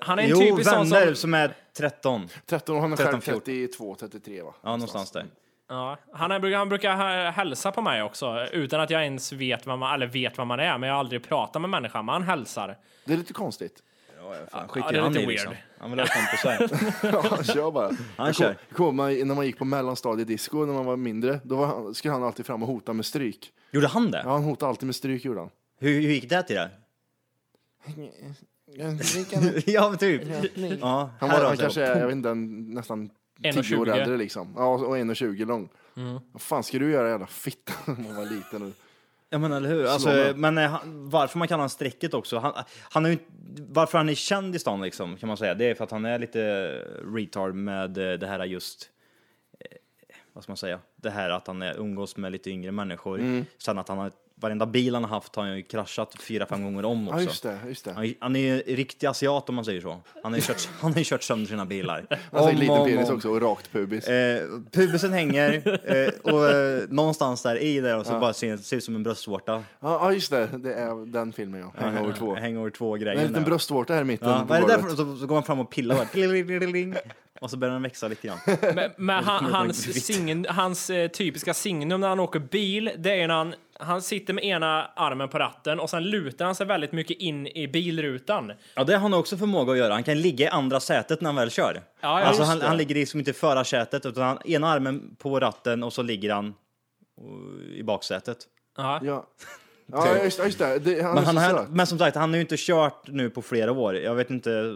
Speaker 3: Han är en
Speaker 6: jo,
Speaker 3: typisk
Speaker 6: vänner
Speaker 3: sån som...
Speaker 6: som... är 13.
Speaker 2: 13 och han är
Speaker 6: 13,
Speaker 2: själv
Speaker 6: 14.
Speaker 2: 32, 33 va?
Speaker 6: Ja, någonstans där.
Speaker 3: Ja, han, är, brukar- han brukar hä- hälsa på mig också, utan att jag ens vet vad man, eller vet vad man är, men jag har aldrig pratat med människan, men han hälsar.
Speaker 2: Det är lite konstigt. [LAUGHS]
Speaker 6: Fan,
Speaker 3: ja, det
Speaker 6: skiter
Speaker 3: är
Speaker 6: han
Speaker 3: lite
Speaker 6: i
Speaker 3: weird.
Speaker 6: liksom. Han vill ha [LAUGHS] kompisar.
Speaker 2: Ja, han kör bara.
Speaker 6: Han
Speaker 2: Jag
Speaker 6: kör.
Speaker 2: Kom, kom, när- när man gick på mellanstadiedisco när man var mindre, då var han, skulle han alltid fram och hota med stryk.
Speaker 6: Gjorde han det?
Speaker 2: Ja, han hotade alltid med stryk [LAUGHS] gjorde han.
Speaker 6: Hur, hur gick det till det? ja, men typ. Ja,
Speaker 2: Han,
Speaker 6: här
Speaker 2: var,
Speaker 6: har
Speaker 2: han
Speaker 6: vi
Speaker 2: kanske
Speaker 6: det.
Speaker 2: är, jag vet inte, en, nästan 10 år
Speaker 3: 1,20.
Speaker 2: äldre liksom. Ja, och och 1,20 lång.
Speaker 6: Mm.
Speaker 2: Vad fan ska du göra jävla fitta [LAUGHS] när man var liten? och-
Speaker 6: Ja, men eller hur? Alltså,
Speaker 2: Slå mig.
Speaker 6: men eh, han, varför man kallar han strecket också. Han, han är ju, inte- varför han är känd i stan liksom, kan man säga. Det är för att han är lite retard med eh, det här just... eh, Vad ska man säga? Det här att han är, umgås med lite yngre människor.
Speaker 2: Mm.
Speaker 6: Sen att han har... Varenda bil han har haft har han ju kraschat fyra, fem gånger om också.
Speaker 2: Ja, just det. Just det.
Speaker 6: Han, han är ju en riktig asiat om man säger så. Han har ju kört, han har ju kört sönder sina bilar.
Speaker 2: Han har Alltså, en
Speaker 6: Om,
Speaker 2: liten
Speaker 6: om,
Speaker 2: penis
Speaker 6: om.
Speaker 2: också och rakt pubis.
Speaker 6: Eh, pubisen hänger eh, och eh, någonstans där i där och så bara ser ser ut som en bröstvårta.
Speaker 2: Ja, ja, just det. Det är den filmen, ja. Hangover 2.
Speaker 6: Hangover 2
Speaker 2: En
Speaker 6: grejen.
Speaker 2: liten bröstvårta här i mitten.
Speaker 6: ja,
Speaker 2: på
Speaker 6: vad är det där
Speaker 2: golvet.
Speaker 6: för något? så, så går man fram och pillar bara, klirrlirrlirling, och så börjar den växa lite
Speaker 2: [LAUGHS]
Speaker 6: grann.
Speaker 3: Men, men han, hans,
Speaker 6: riktigt.
Speaker 3: sign, hans eh, typiska signum när han åker bil, det är när han, han sitter med ena armen på ratten och sen lutar han sig väldigt mycket in i bilrutan.
Speaker 6: Ja, det har han också förmåga att göra. Han kan ligga i andra sätet när han väl kör.
Speaker 3: ja,
Speaker 6: alltså,
Speaker 3: just
Speaker 6: han,
Speaker 3: det.
Speaker 6: han ligger liksom inte i förarsätet utan han, ena armen på ratten och så ligger han eh, i baksätet. [LAUGHS]
Speaker 3: Ja.
Speaker 2: Ja. Ja, just, ja, just det. det han
Speaker 6: Typ. Men,
Speaker 2: är så
Speaker 6: han har,
Speaker 2: söt.
Speaker 6: [LAUGHS] men som sagt, han har ju inte kört nu på flera år. Jag vet inte,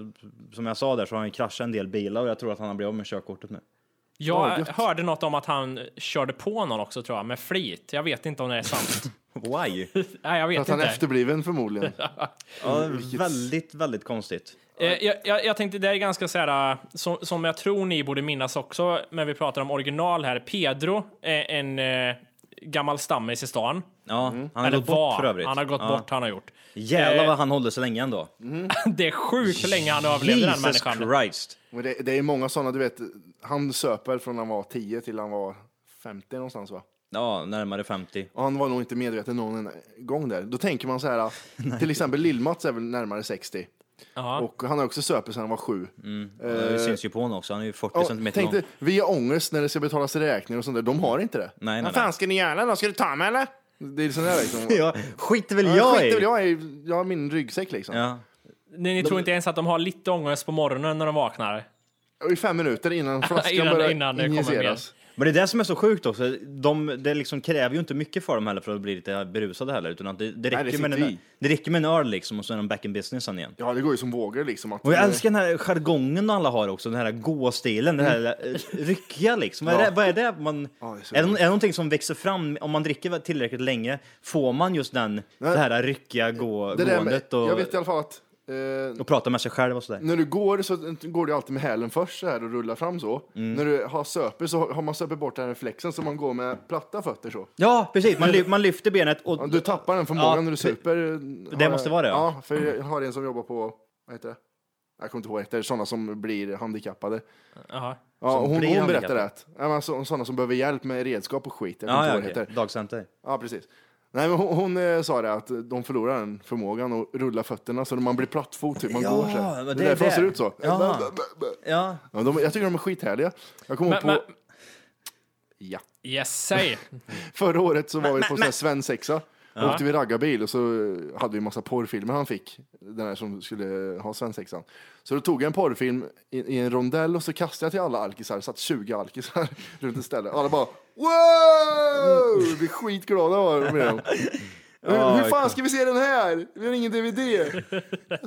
Speaker 6: som jag sa där så har han ju kraschat en del bilar och jag tror att han har blivit av med körkortet nu.
Speaker 3: Jag hörde något om att han körde på någon också tror jag, med flit. Jag vet inte om det
Speaker 2: [LAUGHS]
Speaker 3: är sant.
Speaker 6: Why?
Speaker 3: Nej, jag vet
Speaker 2: Att han är
Speaker 3: inte.
Speaker 2: efterbliven förmodligen.
Speaker 6: [LAUGHS] Ja, väldigt, väldigt konstigt.
Speaker 3: Eh, jag, jag, jag tänkte, det är ganska så här, eh, som, som jag tror ni borde minnas också, när vi pratar om original här. Pedro är en eh, gammal stammis i stan.
Speaker 6: Ja, han har
Speaker 3: Eller
Speaker 6: gått bort för
Speaker 3: var.
Speaker 6: övrigt.
Speaker 3: Han har gått
Speaker 6: ja.
Speaker 3: bort, Eh, han har gjort. [LAUGHS]
Speaker 6: Jävlar vad han håller sig länge ändå.
Speaker 3: Det är sjukt länge han överlevde den
Speaker 6: Jesus
Speaker 3: människan.
Speaker 6: Christ.
Speaker 2: Men det, det är många sådana, du vet, han söper från han var 10 till han var 50 någonstans va?
Speaker 6: Ja, närmare 50.
Speaker 2: Och han var nog inte medveten någon gång där. Då tänker man så här,
Speaker 6: [LAUGHS]
Speaker 2: till exempel Lill-Mats är väl närmare 60.
Speaker 3: Ja.
Speaker 2: Och han har också söper sedan han var 7.
Speaker 6: Mm. Det syns ju på honom också, han är ju 40
Speaker 2: Ja,
Speaker 6: centimeter
Speaker 2: tänk
Speaker 6: lång.
Speaker 2: dig, vi har ångest när det ska betalas räkningar och sånt där. De har inte det.
Speaker 6: nej,
Speaker 2: Vad
Speaker 6: nej.
Speaker 2: fan ska ni göra då? Ska du ta mig eller? Det är sån där liksom.
Speaker 6: [LAUGHS] Ja, skit väl
Speaker 2: Ja,
Speaker 6: jag
Speaker 2: skit väl
Speaker 6: i!
Speaker 2: jag i. Jag har min ryggsäck liksom.
Speaker 6: Ja.
Speaker 3: Ni, ni tror inte ens att de har lite ångest på morgonen när de vaknar?
Speaker 2: Och I fem minuter [LAUGHS] innan flaskan
Speaker 3: Innan-
Speaker 2: börjar
Speaker 3: innan det kommer
Speaker 2: injiceras.
Speaker 6: Men det är det som är så sjukt också. De, det liksom kräver ju inte mycket för dem heller för att bli lite berusade heller. Utan att det, det, räcker
Speaker 2: det
Speaker 6: med
Speaker 2: sitter
Speaker 6: en,
Speaker 2: i.
Speaker 6: det räcker med en öl liksom och så är de back in business sen igen.
Speaker 2: Ja, det går ju som vågor liksom. Att,
Speaker 6: Och jag älskar den här jargongen alla har också, den här gåstilen, den här eh, ryckiga liksom. Vad är, det, vad är det man...
Speaker 2: Mm. Ja, det är
Speaker 6: är,
Speaker 2: så
Speaker 6: det, är det någonting som växer fram, om man dricker tillräckligt länge, får man just den, det här ryckiga gå,
Speaker 2: det där med,
Speaker 6: gåendet och,
Speaker 2: jag vet i alla fall att eh,
Speaker 6: och prata med sig själv och sådär.
Speaker 2: När du går så går du alltid med hälen först så här och rullar fram så.
Speaker 6: Mm.
Speaker 2: När du har söper så har man söper bort den här reflexen så man går med platta fötter så.
Speaker 6: Ja, precis. Man, ly, man lyfter benet
Speaker 2: Ja,
Speaker 6: och...
Speaker 2: Du tappar den förmågan
Speaker 6: Ja,
Speaker 2: när du
Speaker 6: pre-
Speaker 2: super. Har jag-
Speaker 6: måste vara det, ja.
Speaker 2: Ja, för jag har en som jobbar på, vad heter det? Jag kommer inte ihåg vad det heter, sådana som blir handikappade.
Speaker 3: Jaha.
Speaker 2: Ja, hon,
Speaker 6: blir
Speaker 2: hon berättar
Speaker 6: handikappade.
Speaker 2: det. Ja, men så, sådana som behöver hjälp med redskap och skit. Jag kommer
Speaker 6: Ja,
Speaker 2: inte
Speaker 6: ja,
Speaker 2: ihåg vad det
Speaker 6: okej.
Speaker 2: heter.
Speaker 6: Dagcenter.
Speaker 2: Ja, precis. Nej, men hon, hon eh, sa det att de förlorar den förmågan att rulla fötterna så man blir plattfot, typ. man
Speaker 6: Ja,
Speaker 2: går så här.
Speaker 6: men
Speaker 2: Det är
Speaker 6: det är
Speaker 2: därför de
Speaker 6: det.
Speaker 2: ser ut så.
Speaker 6: Ja. Ja,
Speaker 2: Ja, de, jag tycker de är skithärliga. Jag kommer ihåg
Speaker 3: Men,
Speaker 2: på...
Speaker 3: men,
Speaker 2: Ja.
Speaker 3: yes, säg.
Speaker 2: Förra året så var vi på sån här svensexa. Då åkte vi raggarbil och så hade vi massa porrfilmer han fick, den här som skulle ha svensexan. Så då tog jag en porrfilm i, i en rondell och så kastade jag till alla alkisar, satt 20 alkisar [LAUGHS] runt ett ställe. Alla bara wow! Vi blir skitglada var med
Speaker 3: [LAUGHS]
Speaker 2: dem. Hur, hur fan ska vi se den här? Vi har ingen DVD.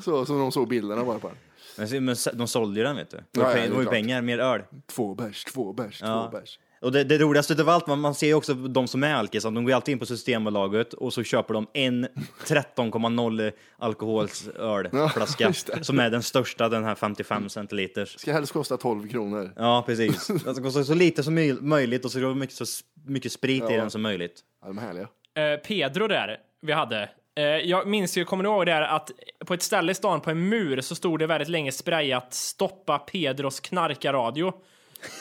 Speaker 2: Så, så de såg bilderna bara på den.
Speaker 6: Men se- men se- de sålde ju den vet du. Det
Speaker 2: Ja,
Speaker 6: var,
Speaker 2: ja,
Speaker 6: peng-
Speaker 2: det är
Speaker 6: det var ju
Speaker 2: klart.
Speaker 6: pengar, mer öl.
Speaker 2: Två bärs, två bärs,
Speaker 6: Ja.
Speaker 2: två bärs.
Speaker 6: Och det, det roligaste utav allt, man, man ser ju också de som är alkisar, de går ju alltid in på Systembolaget och så köper de en 13,0 alkoholsölflaska
Speaker 2: just det.
Speaker 6: som är den största, den här 55 centiliters.
Speaker 2: Ska helst kosta 12 kronor.
Speaker 6: Ja, precis. Det ska kosta så lite som möj- möjligt och så ska det vara mycket, så s- mycket sprit i den som möjligt.
Speaker 2: Ja, de är härliga.
Speaker 3: Eh, Pedro där, vi hade. Eh, jag minns ju, kommer ni ihåg där att på ett ställe i stan på en mur så stod det väldigt länge sprayat stoppa Pedros knarkarradio.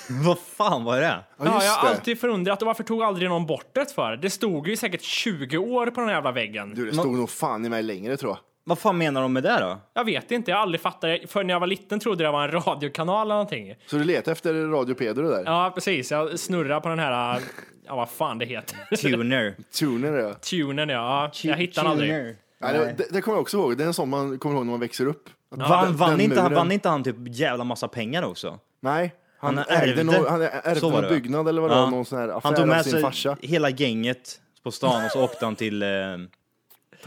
Speaker 6: Vad fan var det?
Speaker 3: Ja, jag har
Speaker 2: det.
Speaker 3: alltid förundrat varför tog aldrig någon bort det för? Det stod ju säkert 20 år på den här jävla väggen.
Speaker 2: Du, det stod nog fan i mig längre tror jag.
Speaker 6: Vad fan menar de med det då?
Speaker 3: Jag vet inte, jag har aldrig fattat det. För när jag var liten trodde jag det var en radiokanal eller någonting.
Speaker 2: Så du letar efter Radio Pedro där?
Speaker 3: Ja, precis. Jag snurrar på den här, [LAUGHS] ja vad fan det heter. [LAUGHS]
Speaker 6: Tuner.
Speaker 2: Tuner ja.
Speaker 3: Tunen ja, jag hittar den aldrig.
Speaker 2: Nej, det, det, det kommer jag också ihåg. Det är en sån man kommer ihåg när man växer upp. Att
Speaker 6: Vann,
Speaker 2: den-
Speaker 6: vann,
Speaker 2: den
Speaker 6: inte, han-
Speaker 2: muren-
Speaker 6: vann inte han typ jävla massa pengar också?
Speaker 2: Nej, han,
Speaker 6: Han
Speaker 2: ärvde,
Speaker 6: ärvde.
Speaker 2: någon, han ärvde
Speaker 6: Så var
Speaker 2: någon
Speaker 6: det, va?
Speaker 2: byggnad eller vad det
Speaker 6: Ja.
Speaker 2: var, någon sån här affär
Speaker 6: Han tog
Speaker 2: av
Speaker 6: med
Speaker 2: sin
Speaker 6: sig
Speaker 2: farsa.
Speaker 6: hela gänget på stan och så åkte han till, eh,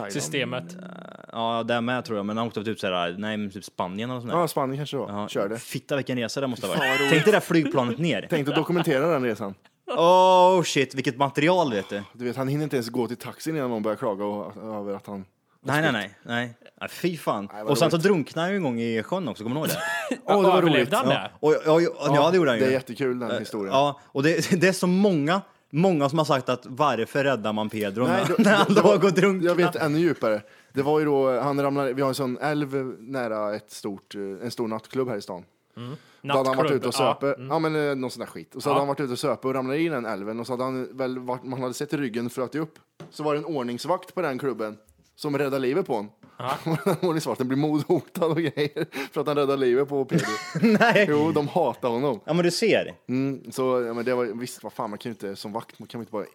Speaker 3: Systemet.
Speaker 6: ja där med tror jag, men han åkte typ såhär, nej men typ Spanien eller sånt där.
Speaker 2: Ja, Spanien kanske det var.
Speaker 6: Ja,
Speaker 2: Körde.
Speaker 6: Fitta vilken resa det måste ha varit. Tänk dig det där flygplanet ner.
Speaker 2: Tänkte dokumentera den resan.
Speaker 6: Oh shit, vilket material vet du.
Speaker 2: Du vet, han hinner inte ens gå till taxin innan någon börjar klaga och, över att han...
Speaker 6: Nej, nej, nej. nej. Ja, fy fan.
Speaker 2: vad
Speaker 6: Och sen så drunknade han ju en gång i sjön också, kommer du ihåg det?
Speaker 2: [LAUGHS] Åh, det var roligt.
Speaker 3: Överlevde han det?
Speaker 6: Och, och, och, ja, det gjorde han ju. Eh,
Speaker 2: Det är jättekul den historien.
Speaker 6: Ja, och det, [LAUGHS] det är så många, många som har sagt att varför räddar man Pedro
Speaker 2: Nej,
Speaker 6: [LAUGHS] när-
Speaker 2: då-
Speaker 6: när han
Speaker 2: det var-
Speaker 6: låg och drunknade?
Speaker 2: Jag vet ännu djupare. Det var ju då, han ramlade, vi har en sån älv nära ett stort, eh, en stor nattklubb här i stan. Då hade han varit
Speaker 3: Nattklubb,
Speaker 2: ute och
Speaker 3: ja. Mm.
Speaker 2: söpe, ja, men eh, någon sån där skit. Och så hade han varit ute och söpe och ramlade i den älven och så hade han väl varit, man hade sett ryggen flöt ju upp. Så var det en ordningsvakt på den klubben som räddade livet på honom. [LAUGHS] Ordningsvakten blir mordhotad och grejer för att han räddade livet på Pedro.
Speaker 6: [LAUGHS] Nej.
Speaker 2: Jo, de hatar honom.
Speaker 6: Ja, men du ser.
Speaker 2: Mm, så, ja, men det var, visst, vad fan, man kan ju inte som vakt, man kan ju inte bara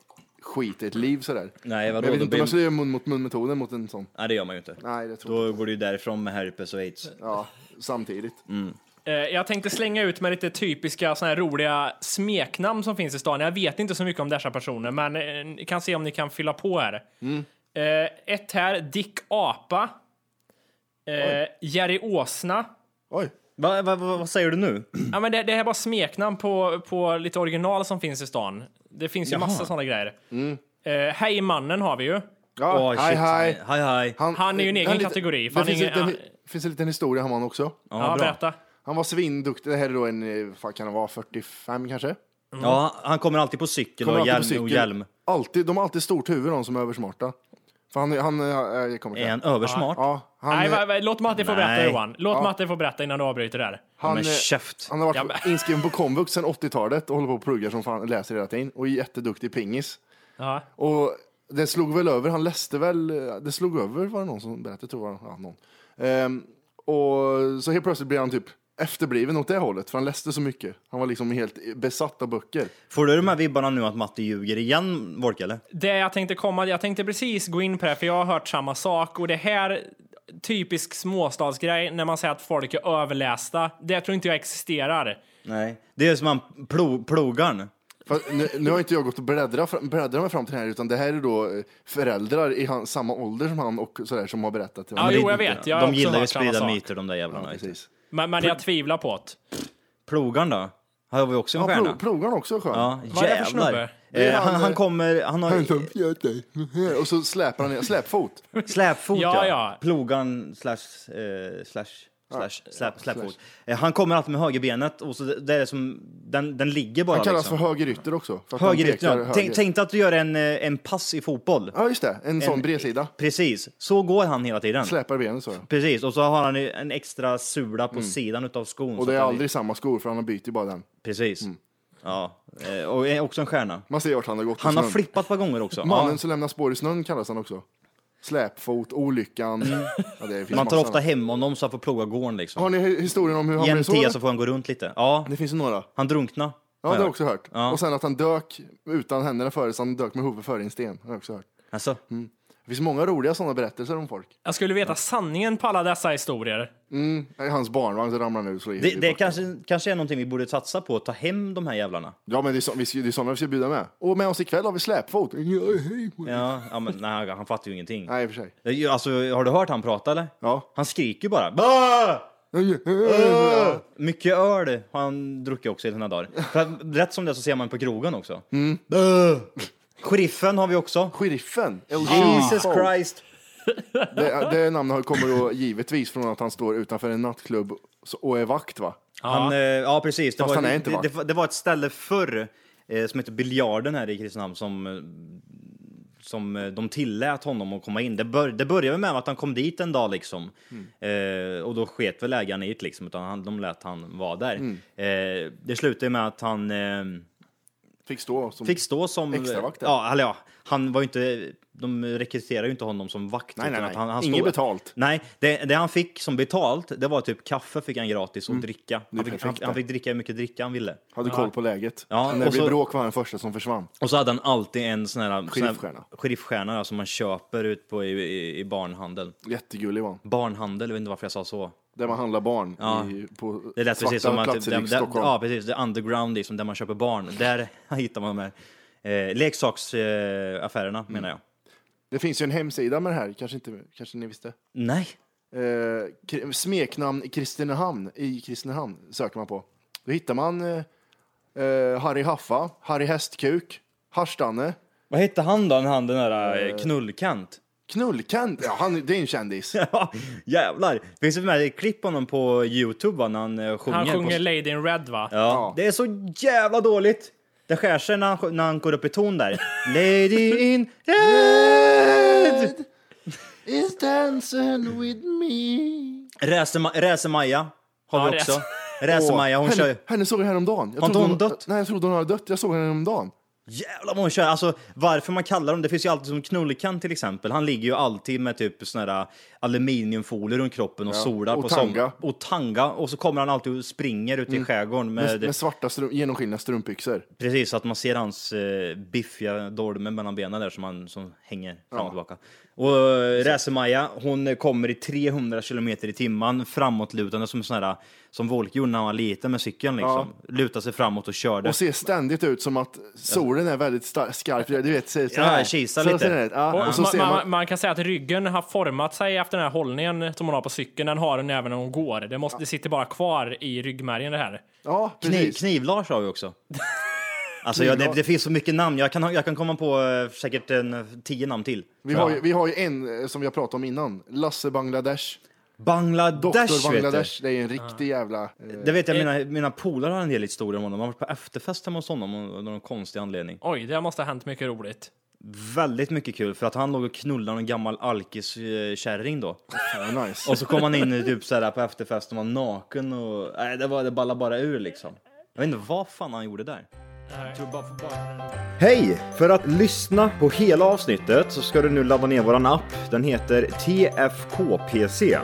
Speaker 2: skita i ett liv sådär.
Speaker 6: Nej, vadå?
Speaker 2: Men jag vet
Speaker 6: Då
Speaker 2: inte om
Speaker 6: blir-
Speaker 2: jag skulle göra mun mot mun-metoden mot en sån.
Speaker 6: Nej, det gör man ju inte.
Speaker 2: Nej, det tror jag
Speaker 6: Då går du ju därifrån med herpes och aids.
Speaker 2: Ja, samtidigt.
Speaker 6: Mm.
Speaker 3: Eh, Jag tänkte slänga ut med lite typiska såna här roliga smeknamn som finns i stan. Jag vet inte så mycket om dessa personer, men eh, ni kan se om ni kan fylla på här. Eh, ett här, Dick Apa. Eh, Jerry Åsna.
Speaker 2: Oj.
Speaker 6: Va, va, va, vad säger du nu?
Speaker 3: Ja, men det, det här är bara smeknamn på, på lite original som finns i stan. Det finns ju massa sådana grejer. Eh, hej mannen har vi ju.
Speaker 2: Ja,
Speaker 6: Åh, shit,
Speaker 2: hej hej.
Speaker 6: Han, hej, hej.
Speaker 3: Han är ju en egen
Speaker 2: Ah, han-
Speaker 3: kategori, för
Speaker 2: Det
Speaker 3: han
Speaker 2: finns,
Speaker 3: är ingen-
Speaker 2: en liten, finns en liten historia om han också.
Speaker 3: Ja,
Speaker 6: bra.
Speaker 3: berätta.
Speaker 2: Han var svinduktig. Det här är då en, eh, vad kan han vara, 45 kanske?
Speaker 6: Ja, han kommer alltid på cykel
Speaker 2: Kommer
Speaker 6: och,
Speaker 2: alltid
Speaker 6: hjälm,
Speaker 2: på cykel.
Speaker 6: och hjälm.
Speaker 2: Alltid, de har alltid stort huvud de som är översmarta. För han, han, eh, jag kommer
Speaker 6: Är
Speaker 2: inte
Speaker 6: han översmart?
Speaker 2: Ja, han,
Speaker 3: Nej,
Speaker 2: eh,
Speaker 3: va, va, låt Matti få berätta
Speaker 6: Nej.
Speaker 3: Johan. Låt Matti få berätta innan du avbryter där.
Speaker 2: han,
Speaker 6: Men
Speaker 2: eh,
Speaker 6: käft.
Speaker 2: han har varit
Speaker 3: Ja, men-
Speaker 2: inskriven på komvux sedan 80-talet och håller på och pluggar som fan, läser hela tiden. Och är jätteduktig i pingis.
Speaker 3: Ja.
Speaker 2: Och det slog väl över, han läste väl, eh, det slog över var det någon som berättade tror jag. Ja, någon. Ehm, och så helt plötsligt blev han typ efterbliven åt det hållet, för han läste så mycket. Han var liksom helt besatt av böcker.
Speaker 6: Får du de här vibbarna nu att Matte ljuger igen, Wolke? Eller?
Speaker 3: Det jag tänkte komma, jag tänkte precis gå in på det, här, för jag har hört samma sak. Och det här, typisk småstadsgrej, när man säger att folk är överlästa. Det tror inte jag existerar.
Speaker 6: Nej. Det är som han plo, plogaren.
Speaker 2: För att nu, nu har inte jag gått och bläddrat, fram- bläddrat mig fram till det här, utan det här är då eh, föräldrar i han, samma ålder som han och sådär som har berättat.
Speaker 3: Ja, jo, jag vet. Jag har
Speaker 6: de
Speaker 3: också
Speaker 6: gillar ju att
Speaker 3: hört samma
Speaker 6: sprida
Speaker 3: sak.
Speaker 6: myter, de där jävlarna.
Speaker 2: precis.
Speaker 3: Men, men jag tvivlar på det.
Speaker 6: plogaren då? Han var ju också en
Speaker 2: Ja,
Speaker 6: stjärna.
Speaker 2: plo, plogaren också är skön.
Speaker 6: Ja,
Speaker 3: Vad är det för
Speaker 6: jävlar.
Speaker 2: Det är
Speaker 6: Eh, han,
Speaker 2: han-
Speaker 6: han kommer, han har
Speaker 2: Han som fjöt dig. Och så släpar han ner, släpfot.
Speaker 6: släpfot
Speaker 3: Ja, ja.
Speaker 6: Plogaren slash, eh, slash, slash, släp, släpfot.
Speaker 2: slash.
Speaker 6: Eh, han kommer alltid med högerbenet och så det, det är som, den, den ligger [LAUGHS] bara
Speaker 2: Han kallas
Speaker 6: liksom.
Speaker 2: för högerytter också. För att han
Speaker 6: Högerytter,
Speaker 2: pekar
Speaker 6: ja. Tänk, tänk dig att du gör en, eh, en pass i fotboll.
Speaker 2: Ja, just det. En, sån bredsida.
Speaker 6: Precis, så går han hela tiden.
Speaker 2: Släpar benen så. ja.
Speaker 6: Precis, och så har han ju en extra sula på sidan utav skon.
Speaker 2: Mm. Och
Speaker 6: så
Speaker 2: det är
Speaker 6: att han-
Speaker 2: aldrig Mm. samma skor för han byter ju bara den.
Speaker 6: Precis. Ja, eh, och är också en stjärna.
Speaker 2: Man ser vart han har gått. i
Speaker 6: Han har
Speaker 2: snön.
Speaker 6: flippat ett par gånger också.
Speaker 2: Mannen
Speaker 6: Ja.
Speaker 2: som lämnar spår i snön kallas han också. Släpfot, olyckan. Ja, det finns
Speaker 6: Mm. Man tar
Speaker 2: massa.
Speaker 6: ofta hem honom så han får ploga gården liksom.
Speaker 2: Har ni hi- historien om hur han
Speaker 6: Ge
Speaker 2: blev
Speaker 6: en
Speaker 2: så?
Speaker 6: tia
Speaker 2: eller?
Speaker 6: så får han gå runt lite. Ja,
Speaker 2: Det finns ju några.
Speaker 6: han drunkna.
Speaker 2: Ja, det har jag också hört.
Speaker 6: Ja.
Speaker 2: Och sen att han dök utan händerna före, så han dök med huvudet före i en sten. har jag också hört.
Speaker 6: Alltså,
Speaker 2: Det finns många roliga sådana berättelser om folk.
Speaker 3: Jag skulle veta sanningen på alla dessa historier.
Speaker 2: I hans barnvagn så ramlar han ut och slår i
Speaker 6: det
Speaker 2: huvudet i
Speaker 6: det
Speaker 2: backen.
Speaker 6: kanske, kanske är någonting vi borde satsa på, ta hem de här jävlarna.
Speaker 2: Ja, men det är, så, vi ska- det är sådana vi ska bjuda med. Och med oss ikväll har vi släpfot.
Speaker 6: Ja, ja men nej, han fattar ju ingenting.
Speaker 2: Nej, i och för sig.
Speaker 6: Eh, ju, Alltså, har du hört han prata eller?
Speaker 2: Ja.
Speaker 6: Han skriker ju bara. Bah!
Speaker 2: Ja.
Speaker 6: Mycket öl har han druckit också i sina dagar. För att, rätt som det så ser man på krogen också. Mm. Sheriffen har vi också.
Speaker 2: Sheriffen. El
Speaker 6: Jesus
Speaker 2: Sheriffo.
Speaker 6: Christ.
Speaker 2: Det, det namnet har- kommer då givetvis från att han står utanför en nattklubb så- och är vakt, va?
Speaker 6: Han, eh, ja, precis. Det
Speaker 2: Fast
Speaker 6: var,
Speaker 2: han är
Speaker 6: det-
Speaker 2: inte
Speaker 6: det,
Speaker 2: vakt.
Speaker 6: det, var- det var ett ställe förr eh, som hette Biljarden här i Kristinehamn som, eh, som eh, de tillät honom att komma in. Det, bör, det började med att han kom dit en dag liksom.
Speaker 2: Mm.
Speaker 6: Eh, och då sket väl ägaren i det liksom, utan han, de lät han vara där.
Speaker 2: Mm.
Speaker 6: Eh, det slutade med att han eh,
Speaker 2: Fick stå som...
Speaker 6: fick stå som...
Speaker 2: Extravakt, ja.
Speaker 6: Ja, eller ja, han var ju inte... De rekryterade ju inte honom som vakt.
Speaker 2: Nej, nej,
Speaker 6: utan
Speaker 2: nej.
Speaker 6: att Han, han
Speaker 2: Inget betalt.
Speaker 6: Nej, det, det han fick som betalt, det var typ kaffe fick han gratis och dricka. Han fick, han,
Speaker 2: perfekt,
Speaker 6: han
Speaker 2: Mm. det.
Speaker 6: fick dricka hur mycket dricka han ville.
Speaker 2: Hade koll på läget.
Speaker 6: Ja,
Speaker 2: när det
Speaker 6: och
Speaker 2: blev
Speaker 6: så-
Speaker 2: bråk var han den första som försvann.
Speaker 6: Och så hade han alltid en sån här... sån här-
Speaker 2: Sheriffstjärna.
Speaker 6: Sheriffstjärna, ja, som man köper ut på i, i, i barnhandeln.
Speaker 2: Jättegullig var han.
Speaker 6: Barnhandel, jag vet inte varför jag sa så.
Speaker 2: Där man handlar barn
Speaker 6: Ja.
Speaker 2: i, på
Speaker 6: Det lät precis som att...
Speaker 2: platser
Speaker 6: det-
Speaker 2: i
Speaker 6: det-
Speaker 2: Stockholm.
Speaker 6: ja, precis. Det är underground, liksom, där man köper barn. Där [LAUGHS] hittar man de här eh, leksaksaffärerna, eh, affärerna,
Speaker 2: Mm.
Speaker 6: menar jag.
Speaker 2: Det finns ju en hemsida med det här, kanske, inte, kanske ni visste.
Speaker 6: Nej,
Speaker 2: Eh, kri- smeknamn i Kristinehamn, i Kristinehamn söker man på. Då hittar man eh, eh, Harry Haffa, Harry Hästkuk, Harstanne,
Speaker 6: Vad hette han då, den han den där eh, knullkant?
Speaker 2: Knullkant. Ja, han, det är en kändis.
Speaker 6: [LAUGHS] Ja, jävlar! Finns det med ett klipp på honom på Youtube va, när han eh, sjunger?
Speaker 3: Han sjunger
Speaker 6: på...
Speaker 3: Lady in Red va?
Speaker 6: ja. Det är så jävla dåligt! Det skär sig när han, sj- när han går upp i ton där. Lady in red!
Speaker 2: [LAUGHS] Is dancing with me.
Speaker 6: Räse-Maja har
Speaker 3: Ja,
Speaker 6: vi också.
Speaker 3: Räse-
Speaker 6: Räse-Maja, hon
Speaker 2: henne,
Speaker 6: kör ju...
Speaker 2: henne såg jag häromdagen. Jag
Speaker 6: Har inte
Speaker 2: trodde
Speaker 6: hon dött?
Speaker 2: Nej, jag trodde hon hade dött. Jag såg henne häromdagen.
Speaker 6: Jävlar vad hon kör! Alltså varför man kallar dem, det finns ju alltid som Knullkant till exempel. Han ligger ju alltid med typ sån här aluminiumfolie runt kroppen och solar
Speaker 2: och
Speaker 6: på
Speaker 2: tanga. Mm.
Speaker 6: Som, och tanga. Och så kommer han alltid och springer ute i skärgården med,
Speaker 2: Med, med svarta strum, genomskinliga strumpbyxor.
Speaker 6: precis så att man ser hans eh, biffiga dolme mellan benen där som han som hänger fram och tillbaka. Och eh, Racer-Maja, hon kommer i 300 kilometer i timmen framåtlutande som en sån här som Volk gjorde när han var liten med cykeln liksom. Lutade sig framåt och körde.
Speaker 2: Och ser ständigt ut som att solen är väldigt sta- skarp. Du vet, ser så
Speaker 6: Ja,
Speaker 2: här.
Speaker 6: kisar
Speaker 2: Så
Speaker 6: lite.
Speaker 2: ser den ut. Ja,
Speaker 3: Och
Speaker 2: Och så
Speaker 3: man,
Speaker 2: ser
Speaker 3: man,
Speaker 2: man...
Speaker 3: man kan säga att ryggen har format sig efter den här hållningen som hon har på cykeln. Den har hon även när hon går. Det, måste, det sitter bara kvar i ryggmärgen det här.
Speaker 2: Ja,
Speaker 6: Kniv,
Speaker 2: precis.
Speaker 6: Kniv-Lars har
Speaker 2: [LAUGHS]
Speaker 6: vi också. Alltså jag, det, det finns så mycket namn, jag kan, ha- jag kan komma på eh, säkert en, eh, tio namn till.
Speaker 2: Vi har, ju, vi har ju en eh, som jag pratade om innan. Lasse Bangladesh. Doktor
Speaker 6: Bangladesh, vet
Speaker 2: Bangladesh. Det är ju en riktig jävla... eh,
Speaker 6: du. Det vet jag, mina, mina polare har en del historier om honom. Man har varit på efterfest hemma hos honom av någon konstig anledning.
Speaker 3: Oj, det måste ha hänt mycket roligt.
Speaker 6: Väldigt mycket kul, för att han låg och knullade en gammal alkiskärring då.
Speaker 2: ja, nice.
Speaker 6: Och så kom han in i typ så här på efterfesten och var naken och... Nej, det, var, det ballade bara ur liksom. Jag vet inte vad fan han gjorde där.
Speaker 4: Hej! För att lyssna på hela avsnittet så ska du nu ladda ner våran app. Den heter TFKPC.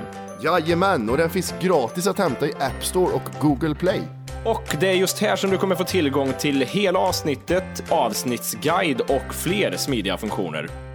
Speaker 2: Jajamän, och den finns gratis att hämta i App Store och Google Play.
Speaker 5: Och det är just här som du kommer få tillgång till hela avsnittet, avsnittsguide och fler smidiga funktioner.